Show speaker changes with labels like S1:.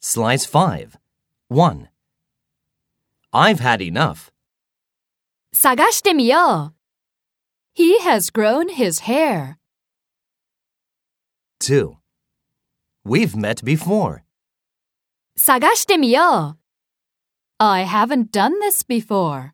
S1: Slice 5. 1. I've had enough.
S2: 探してみよう He has grown his hair.
S1: 2. We've met before.
S2: 探してみよう I haven't done this before.